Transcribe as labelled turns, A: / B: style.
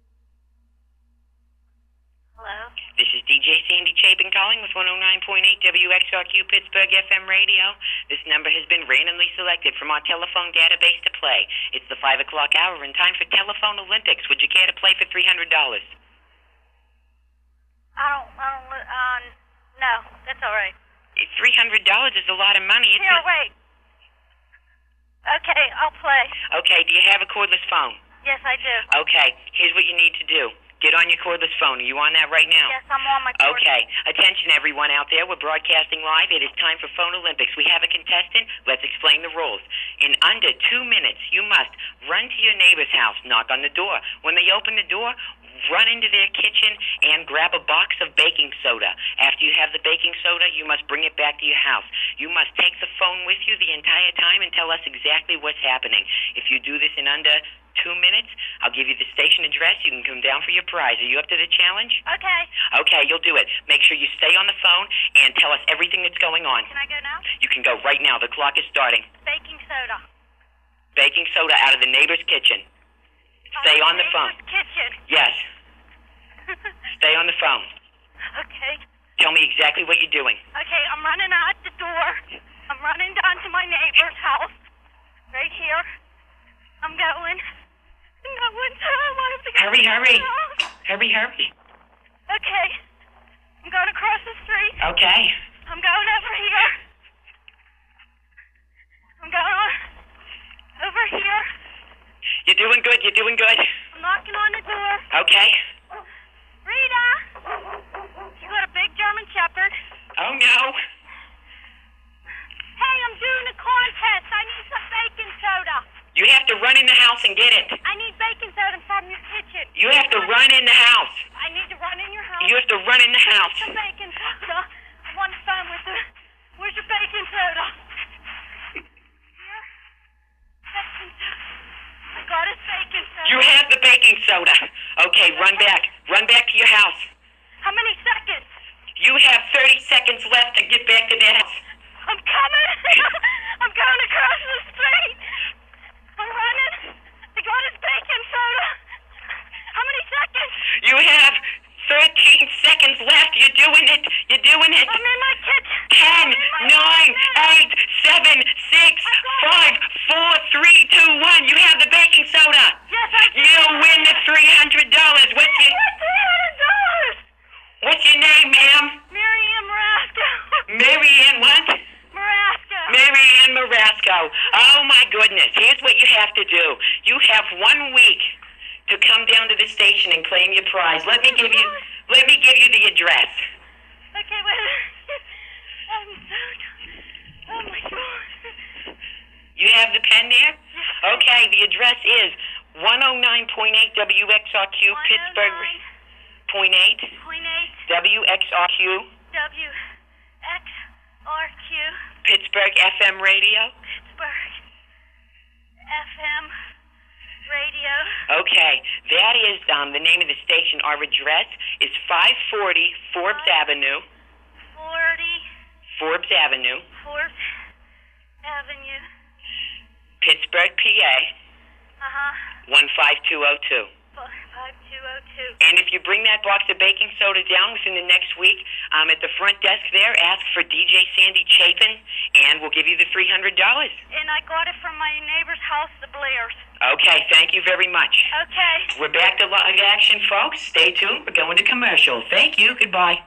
A: oh WXRQ Pittsburgh FM radio. This number has been randomly selected from our telephone database to play. It's the 5 o'clock hour in time for Telephone Olympics. Would you care to play for $300?
B: I don't, I don't, li- uh, no, that's all right.
A: $300 is a lot of money. It's
B: Here,
A: not-
B: wait. Okay, I'll play.
A: Okay, do you have a cordless phone?
B: Yes, I do.
A: Okay, here's what you need to do. Get on your cordless phone. Are you on that right now?
B: Yes, I'm on my cord.
A: Okay. Attention, everyone out there. We're broadcasting live. It is time for Phone Olympics. We have a contestant. Let's explain the rules. In under two minutes, you must run to your neighbor's house, knock on the door. When they open the door, run into their kitchen and grab a box of baking soda. After you have the baking soda, you must bring it back to your house. You must take the phone with you the entire time and tell us exactly what's happening. If you do this in under two minutes, I'll give you the station address. You can come down for your prize. Are you up to the challenge?
B: Okay,
A: Okay, you'll do it. Make sure you stay on the phone and tell us everything that's going on.
B: can I go now?
A: You can go right now. The clock is starting.
B: Baking soda.
A: Baking soda out of the neighbor's kitchen. Stay
B: Oh,
A: on the phone.
B: neighbor's Kitchen.
A: Yes, stay on the phone.
B: okay,
A: Tell me exactly what you're doing.
B: okay, I'm running out the door. I'm running down to my neighbor's house. Right here. I'm going. I'm going. I have to go
A: Hurry,
B: to the
A: hurry.
B: house.
A: Hurry, hurry.
B: Okay. I'm going across the street.
A: Okay.
B: I'm going over here. I'm going on over here.
A: You're doing good. You're doing good.
B: I'm knocking on the door.
A: Okay.
B: Rita! You got a big German Shepherd.
A: Oh, no.
B: Hey, I'm doing a contest. I need some baking soda.
A: You have to run in the house and get it.
B: I need baking soda from your kitchen.
A: You have to run in the house.
B: I need to run in your house.
A: You have to run in the house.
B: some baking soda. I want to phone with the. Where's your baking soda? Here. Baking soda. I got his baking soda.
A: You have the baking soda. Okay, run back. Run back to your house.
B: How many seconds?
A: You have 30 seconds left to get back to that house.
B: I'm coming. I'm going across the street. I'm running. I got his baking soda. How many seconds?
A: You have 13 seconds left. You're doing it. You're doing it.
B: I'm in my kitchen.
A: 10,
B: I'm in my
A: 9, 8, 7, 6, 5, 4, 3, 2, 1. You have the baking soda.
B: Yes, I did.
A: You win the $300. What's your,
B: What, $300?
A: what's your name, ma'am?
B: Miriam Rasco.
A: Mary Ann what?
B: Marasco.
A: Mary Ann Marasco. Oh my goodness. Here's what you have to do. You have one week to come down to the station and claim your prize. Let me give you let me give you the address.
B: Okay, wait. a minute. I'm so. Oh my god.
A: You have the pen there? Okay, the address is one oh nine point eight WXRQ Pittsburgh point eight
B: 109.8
A: WXRQ
B: WXRQ
A: Pittsburgh FM radio.
B: Pittsburgh FM radio.
A: Okay, that is um, the name of the station. Our address is 540 Forbes Avenue,
B: 40
A: Forbes Avenue,
B: Fourth Avenue.
A: Pittsburgh, PA.
B: Uh huh.
A: 15202.
B: 5202.
A: And if you bring that box of baking soda down within the next week, um, at the front desk there, ask for DJ Sandy Chapin, and we'll give you the $300.
B: And I got it from my neighbor's house, the Blairs.
A: Okay, thank you very much.
B: Okay.
A: We're back to live action, folks. Stay tuned. We're going to commercial. Thank you. Goodbye.